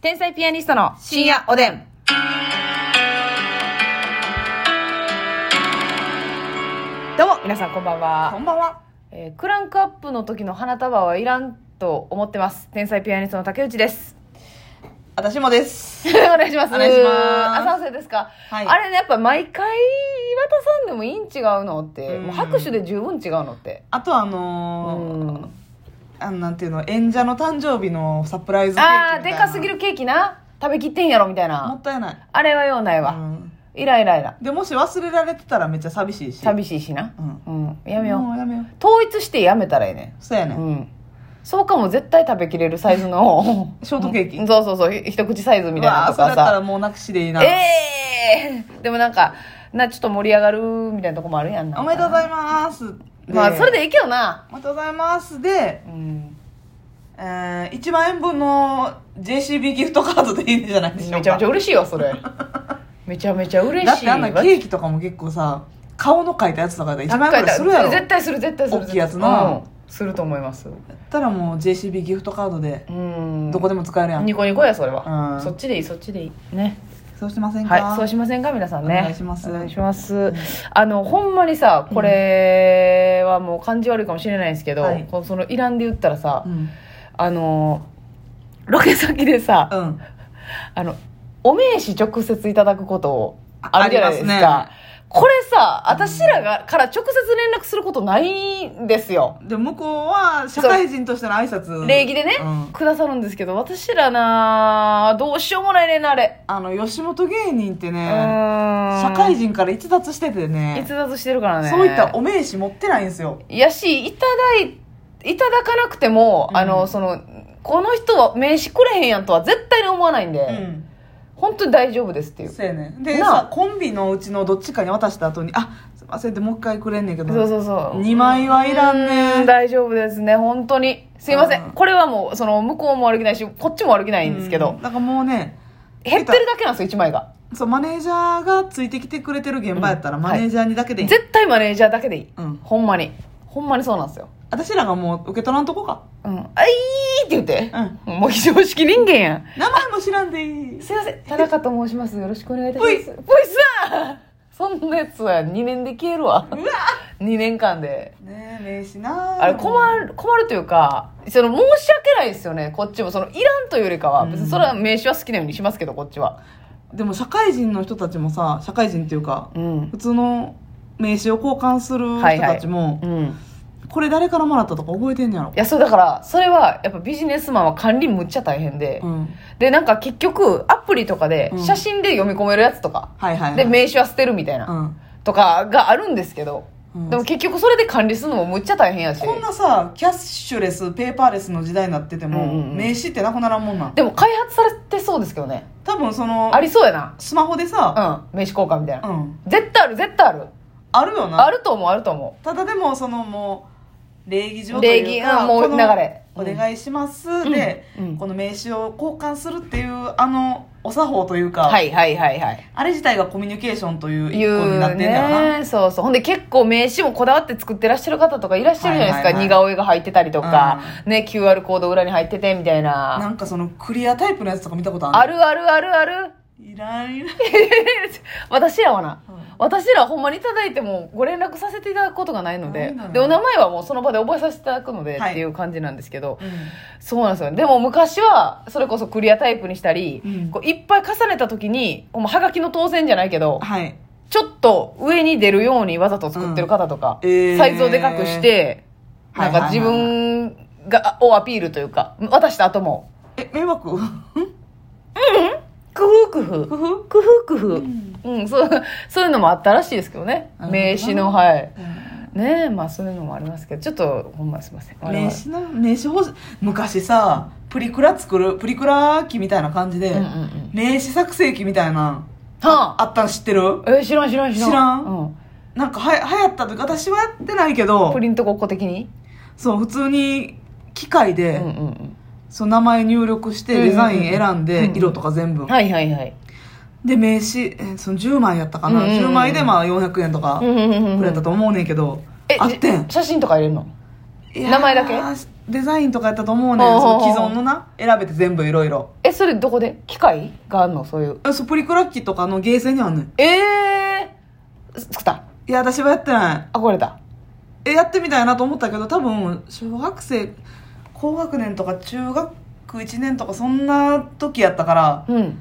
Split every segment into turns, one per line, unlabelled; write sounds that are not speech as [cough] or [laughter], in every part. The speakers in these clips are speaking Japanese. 天才ピアニストの深夜おでん。どうも、皆さんこんばんは。
んばんは。
えークランクアップの時の花束はいらんと思ってます。天才ピアニストの竹内です。 [laughs]
私もです。
お願いします。
お願いします
あ、賛成ですか。
はい
あれね、やっぱ毎回、岩田さんでもいいん違うのって、
うん
もう拍手で十分違うのって。
あとあ
う
のー
ん。
あのなんていうの、演者の誕生日のサプライズケーキみた
あ
いな。
ー、でかすぎる。ケーキな。食べきってんやろ、みたい
もっ
な。
たいない。
あれはようないうわ。
ん。
イライライラ。
で、もし忘れられてたらめっちゃ寂しいし。
寂しいしな。
うん。
うん。やめよう。
もうやめよう。
統一してやめたらええね
そうやね
ん。うん。そうかも絶対食べきれるサイズの。
[laughs] ショートケーキ
うんそうそうそう。ひ一口サイズみたいな
わ
の
あ、
と
それ
か
やったら
さ。
もうなくしでいいな。
ええー、でもなんか、な、ちょっと盛り上がるみたいなとこもあるやんな。
おめでとうございます。
まあ、それ
で。
でいいけどな。
おめでとうございます。で、
うん。
えー、1万円分の JCB ギフトカードでいいんじゃないでしょうか。
めちゃめちゃ嬉しいわ、そ
[laughs]
れ。めちゃめちゃ嬉しい。
だってあんなケーキとかも結構さ、顔の書いたやつとかで1万円
高い
ぐらいするやろ。
絶対する、絶対する。
大きいやつな
うん。すると思います。
やったらもう JCB ギフトカードで
うん。
どこでも使えるやん、
ニコニコや、それは。
うん
そっちでいい、そっちでいい。ね。
そうしませんか、
はい、そうしませんか皆さんね。
お願いします
お願いします。あの、ほんまにさ、これはもう感じ悪いかもしれないですけど、
はい
このそのイランで言ったらさ、
うん、
あの、ロケ先でさ、
うん、
あの、お名刺直接いただくこと
あ
あるじゃないです
ありま
か。これさ、私らが、から直接連絡することないんですよ。
で向こうは社会人としての挨拶
礼儀でね、
うん
くださるんですけど、私らなどうしようもないねんな、あれ。
あの吉本芸人って
う
ね
ーん。
社会人から逸脱しててね
逸脱してるからね。
そういったお名刺持ってないんですよ
やし、いただい、いただかなくても、
うん
あの、その、この人は名刺くれへんやんとは絶対に思わないんで、
うん
本当に大丈夫ですっていう。
そうやねで
なあ
さコンビのうちのどっちかに渡した後に「あすいません」ってもう一回くれんねんけど
そうそうそう。
2枚はいらん
う
ね
ん
ん
大丈夫ですね、本当に。すいません。
うん
これはもう、その、向こうも歩けないし、こっちも歩けないんですけど
う、んなんかもうね
減ってるだけなんですよ、1枚が。
そうマネージャーがついてきてくれてる現場やったら、
うん
マネージャーにだけでいい、
絶対マネージャーだけでいい。
うん
ほんまに。ほんまにそうなんですよ。
私らがもう受け取らんとこか
うん。あいーって言って。
う
もう非常識人間やん。
名前も知らんでいい
すいません田中と申しますよろしくお願いいたしますぽいさんそんなやつは2年で消えるわ
うわ
2年間で
ねえ名刺なあ
あれ困る困るというかその申し訳ないですよねこっちもそのいらんというよりかは別にそれは名刺は好きなようにしますけどこっちは
でも社会人の人たちもさ社会人っていうか
うん
普通の名刺を交換する
はい
人
はい
たちも、
うんい
これ誰からもらったとか覚えてんねやろ、
やそうだからそれはやっぱビジネスマンは管理むっちゃ大変で、
うん、
でなんか結局アプリとかで
うん
写真で読み込めるやつとか、
はいはいはい
で名刺は捨てるみたいな、
うん
とかがあるんですけど、
うん
でも結局それで管理するのもむっちゃ大変やし
こんなさキャッシュレスペーパーレスの時代になってても、
うんうんうん
名刺ってなくならんもんなん
でも開発されてそうですけどね。
多分その
ありそうやな。
スマホでさ、
うん。名刺交換みたいな。
うん、
絶対ある、絶対ある。
あるよな
あると思う、あると思
ただでもそのもう礼儀上というか
礼儀うんもう
この
流れ
お願いします、
ん
で、
うん
この名刺を交換するっていうあのお作法という
う。
か、
はいはいはいはい。
あれ自体がコミュニケーションという一
言
個になっ
う
てんだよな、
ね。そうそう。ほんで結構名刺もこだわって作ってらっしゃる方とかいらっしゃるじゃないですか。
はいはいはい
似顔絵が入ってたりとか、ね、QR コード裏に入っててみたいな。
なんかそのクリアタイプのやつとか見たことある
あるあるあるある。 [laughs]
いらんいらん
私らはな、
うん
私らはほんまにいただいてもご連絡させていただくことがないの
な
で
いのよ
でお名前はもうその場で覚えさせていただくので、
はい
っていう感じなんですけど、
うん
そうなんですよねでも昔はそれこそクリアタイプにしたり、
うん
こういっぱい重ねた時にほんまはがきの当選じゃないけど
はい
ちょっと上に出るようにわざと作ってる方とか、
うんえー
サイズをでかくして、
はい
なんか自分がをアピールというか渡した後も
え迷惑
工夫工夫
工夫
工夫工夫、うんそうそういうのもあったらしいですけどね
なるほどな
名刺のはいねえまあそういうのもありますけどちょっとほんますいません我々
名刺な名刺欲しい昔さプリクラ作るプリクラ機みたいな感じで、
うんうんうん
名刺作成機みたいな
は
あったん知ってる
あえ知らん知らん知らん
知らん
うん、
なんかはや流行ったというか私はやってないけど
プリントごっこ的に
そう普通に機械で、
うんうん
その名前入力して
うんうんうん
デザイン選ん
うん
で
うん
色とか全
う
部
んはいはいはい
で名刺えーその10枚やったか
う
なん
うんうん
10枚でまあ400円とか
うんうんうんうん
くれたと思うねんけど
え
あってん
じ写真とか入れるの
いやー
名前だけ
デザインとかやったと思うねん
ほうほう
そ
ほう
の既存のな選べて全部いろいろ
えそれどこで機械があんのそういう
そうプリクラ機とかのゲーセンにはあんねん
ええー、作った
いや私はやってない
憧れた
えやってみたいなと思ったけど多分小学生高学年とか中学1年とかそんな時やったから
うん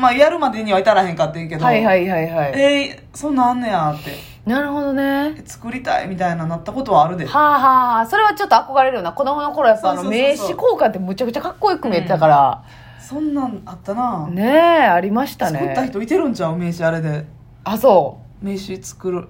まあやるまでには至らへんかってんけど、
はいはいはいはい
えーそんなんあんねやって
なるほどね
え作りたいみたいななったことはあるで
はあはあそれはちょっと憧れるよな子供の頃やっぱあの
そうそうそう
名
そう
刺交換ってむちゃくちゃかっこよく見えてたから、
そんなんあったな、
ねえありましたね
作った人いてるんちゃう名刺あれで
あそ
名刺作る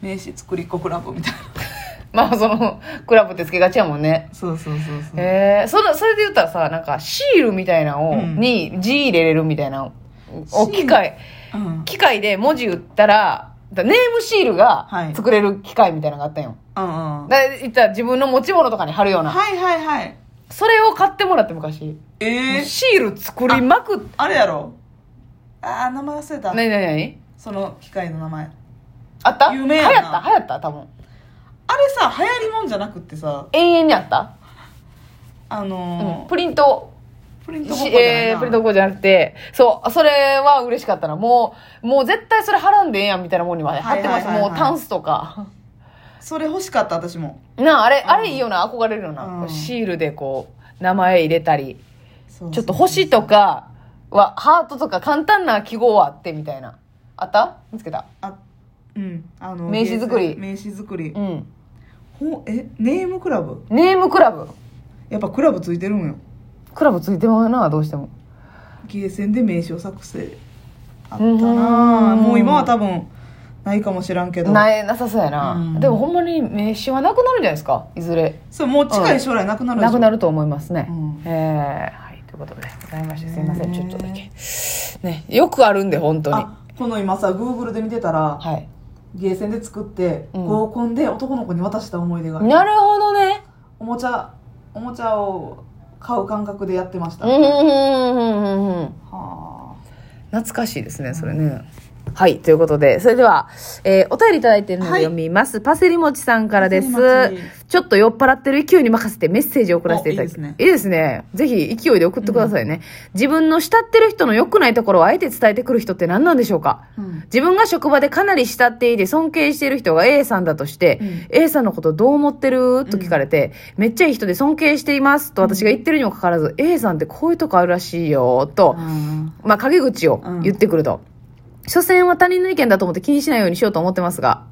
名刺作りっ子クラブみたいな
うまあそのクラブってつけがちやもんね
[laughs] そうそうそうそう
えー、そのそれで言ったらさなんかシールみたいなのを、
うん
に字入れれるみたいなのを
シール
機械
うん
機械で文字打ったらだネームシールが
はい
作れる機械みたいなのがあったんよ、
うんうん
だいったら自分の持ち物とかに貼るような、
はいはいはい
それを買ってもらって昔
えー、
シール作りまくっ
あれやろあー名前忘れた、
何何何
その機械の名前
あった
有名や
流行
な
った流行った多分
あれさ流行りもんじゃなくってさ
永遠にあった、
あ
うん、
のー
プリント
プリントごっこ
し
じゃないな、
えー、プリント5じゃなくてそうそれは嬉しかったなもうもう絶対それ貼らんでええやんみたいなもんにまで貼ってました、
はいはいはいはい
もうタンスとか
それ欲しかった私も
なああれ、あれいいよな憧れるよな、
うん
こうシールでこう名前入れたり
そうそう
ちょっと星とかはハートとか簡単な記号はあってみたいなあった見つけた
あうんあの
名刺作り
名刺作り
うん
ほえネームクラブ
ネームクラブ
やっぱクラブついてるんよ
クラブついてまうなどうしても
ゲーセンで名刺を作成あった
うん
なあもう今は多分ないかもしらんけど
ないなさそうやな、
うん
でもほんまに名刺はなくなるんじゃないですかいずれ
そうもう近い将来なくなるでしょ
なくなると思いますね、
うん
えーはいということでございましてすいません
ね
ちょっとだけねよくあるんで本当に
あこの今さグーグルで見てたら
はい
ゲーセンで作って
うん
合コンで男の子に渡した思い出がある
なるほどね
おもちゃおもちゃを買う感覚でやってました
うんうんうんうんうん
は
懐かしいですねそれね、はいということでそれでは、えーお便りいただいてるので
はい
読みます、パセリもちさんからです
パセリも
ちょっと酔っ払ってる勢いに任せてメッセージを送らせていただき
おいいですね
いいですねぜひ勢いで送ってくださいね、自分の慕ってる人の良くないところをあえて伝えてくる人って何なんでしょうか
あうん
自分が職場でかなり慕っていて尊敬している人が A さんだとして、
うん
A さんのことどう思ってると聞かれて、めっちゃいい人で尊敬していますと私が言ってるにもかかわらず、A さんってこういうとこあるらしいよと、まあ、陰口を言ってくると。所詮は他人の意見だと思って気にしないようにしようと思ってますが、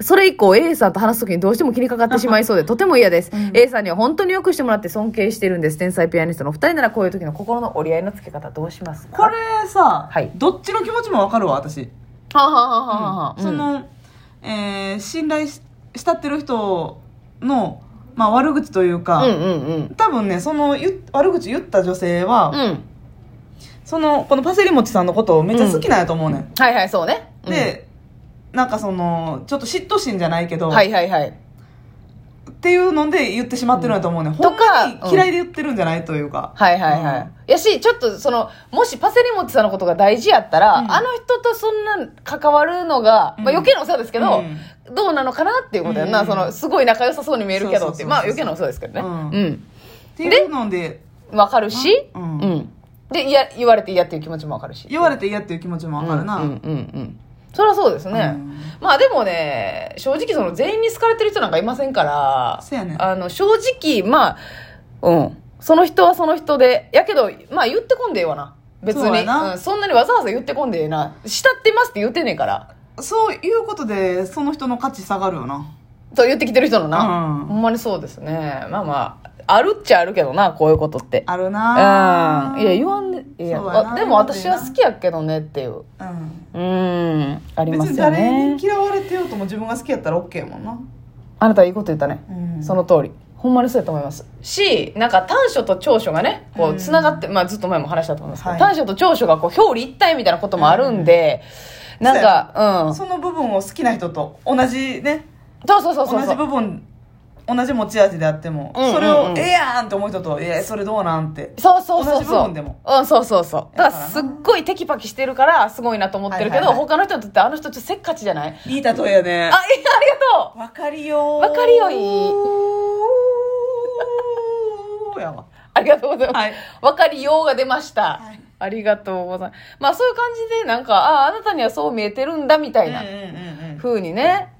それ以降 A さんと話すときにどうしても気にかかってしまいそうでとても嫌です。A さんには本当によくしてもらって尊敬してるんです。天才ピアニストのお二人ならこういう時の心の折り合いのつけ方どうしますか
これさ、
はい
どっちの気持ちもわかるわ私
はあはあはあはあはあ
その、えー信頼し慕ってる人の、まあ、悪口というか、
うんうんうん
多分ねその言っ悪口言った女性は、
うん。
そのこのパセリもちさんのことをめっちゃ好きなんやと思うね、ん
はいはい、そうね。うん、
でなんかそのちょっと嫉妬心じゃないけど、
はいはいはい。
っていうので言ってしまってるんやと思うね、ん、
と
ほん
か
まに嫌いで言ってるんじゃないというか、
はいはいはい。やし、ちょっとその、もしパセリモチさんのことが大事やったら、
うん
あの人とそんな関わるのが、
うん
まあ余計なお世話ですけど、
う
どうなのかなっていうことやな、
うん
その、すごい仲良さそうに見えるけどって、
そうそうそうそう
まあ余計なお世話ですけどね。
っていうので
うん。わ、かるし、う
うんん。
で、いや、言われて嫌っていう気持ちもわかるし。
言われて嫌っていう気持ちもわかるな、
うんうんうんうん。それはそうですね。
うん
まあでもね、正直その全員に好かれてる人なんかいませんから、
そうやね
あの、正直、まあ、うん。その人はその人で、やけど、まあ言ってこんでええわな。別
そう
に。、
やなん
そんなにわざわざ言ってこんでええな。慕ってますって言ってんねえから。
そういうことでその人の価値下がるよな
そう言ってきてる人のな。
うん
ほんまにそうですね。まあまあ、あるっちゃあるけどな、こういうことって。
ある
うん。い
な
や
ぁ、
言わんで、いや、
そうやな
あでも私は好きやけどねっていう。
うん
うん。あります
別に
よ
誰
ね
に。嫌われてようとも自分が好きやったら OK やもんな、
あなたいいこと言ったね。
うん
その通り。ほんまにそうやと思います。し、なんか短所と長所がね、こ
う
う、
ん
つながって、まあずっと前も話したと思いますけど、
はい
短所と長所がこう、表裏一体みたいなこともあるんで、なんか、うん。そ
その部分を好きな人と同じね
うそうそうそう。
同じ部分同じ持ち味であっても、
うんうんうん
それを「ええやん!」って思う人と「ええそれどうなん?」って
そうそうそう
同じ部
そう。
分でも
うん、そうそうそう。だ
だ
か、
かららな
すっごいテキパキしてるから、すごいなと思ってるけど、
はいはいはい
他の人にとってあの人ちょっとせっ
[laughs]
かちじゃないあ、い
いい例えやね
やありがとう
わかりよー
わかりよい
ーやわ。
ありがとうございます。
はい
分かりようが出ました。
はい
ありがとうございます。まあそういう感じで、なんか、ああ、あなたにはそう見えてるんだ、みた
う
い
ん
な
うんうんうん。
風にね、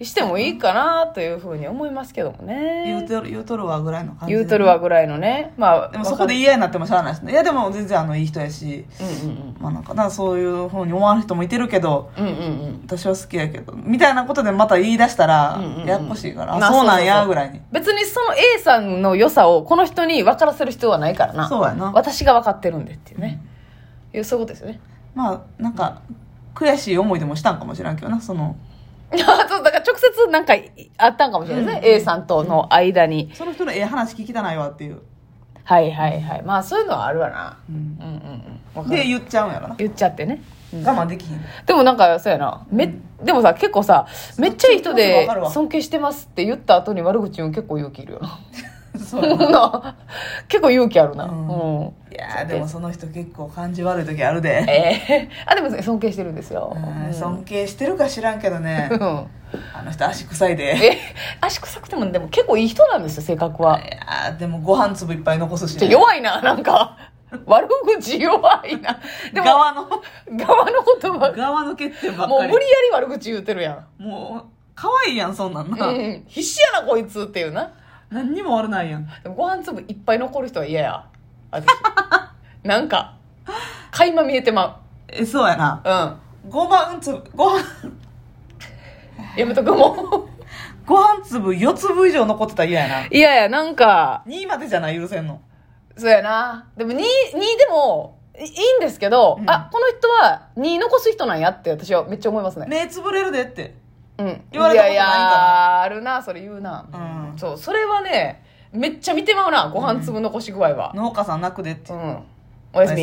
してもいいかな、という風に思いますけども
言う
ね。
とる、言うとるわぐらいの感じ。
言うとるわ。ぐらいのね。まあ、
でもそこで嫌になってもしゃあないですね。いやでも全然あのいい人やし、
うんうん
まあなんか、なんかそういう方に思わん人もいてるけど、
うん。うんうんうん。
私は好きやけど、みたいなことでまた言い出したら
うんうんうん、
ややこしいから、
まあ
あ、そうなんや、
そうそうそう
ぐらいに。
別にその A さんの良さをこの人に分からせる必要はないからな。
そうやな。
私が分かってるんでっていうね。いうそういうことですよね。 [laughs]
まあ、なんか、悔しい思いでもしたんかもしれんけどな、その、
あそうだから直接なんかあったんかもしれないですね。
うん
A さんとの間に。
その人のええ話聞きたないわっていう。
はいはいはい。まあそういうのはあるわな。
うん
うんうんうん。
で、
で、
言っちゃうんやろな。
言っちゃってね。うん
我慢できひん。
でもなんかそうやな。め、でもさ、結構さ、めっちゃいい人
わ
で
かるわ
尊敬してますって言った後に悪口言うの結構勇気いるよな。 [laughs]
そうやな
結構勇気あるな。
うん
うん
いやーでもその人結構感じ悪い時あるで、
ええあでも尊敬してるんですよ。
うん尊敬してるか知らんけどね
[laughs] うん
あの人足臭いで
え足臭くてもでも結構いい人なんですよ性格は。
いやーでもご飯粒いっぱい残すし、
ちょ弱いななん [laughs] か悪口弱いな。でも側
側の
の言葉
側の欠点ばっ
もう
か
無
り
理やり悪口言うてるや
もう可愛いやんそんなん
ん。
な、
うん必死やなこいつっていうな。
何にも悪ないやん
でもご飯粒いっぱい残る人は嫌や。 [laughs] 私なんか垣間見えてま
えそうやな
う。うん。
ご飯粒ご飯
やめとくもう。
[laughs] ご飯粒4粒以上残ってたら嫌やな
[laughs] 嫌やなんか
2までじゃない許せんの
そうやな。でも2、2でも、いいいんですけど、
うん
あ、この人は2残す人なんやって私はめっちゃ思いますね。
目つぶれるでって
うん。
言われたことな
や
いんだ
いや、あるな、それ言うな、
うん
そう、それはね、めっちゃ見てまうな、ご飯粒残し具合は。
農家さん泣くでって
うん。おやすみ。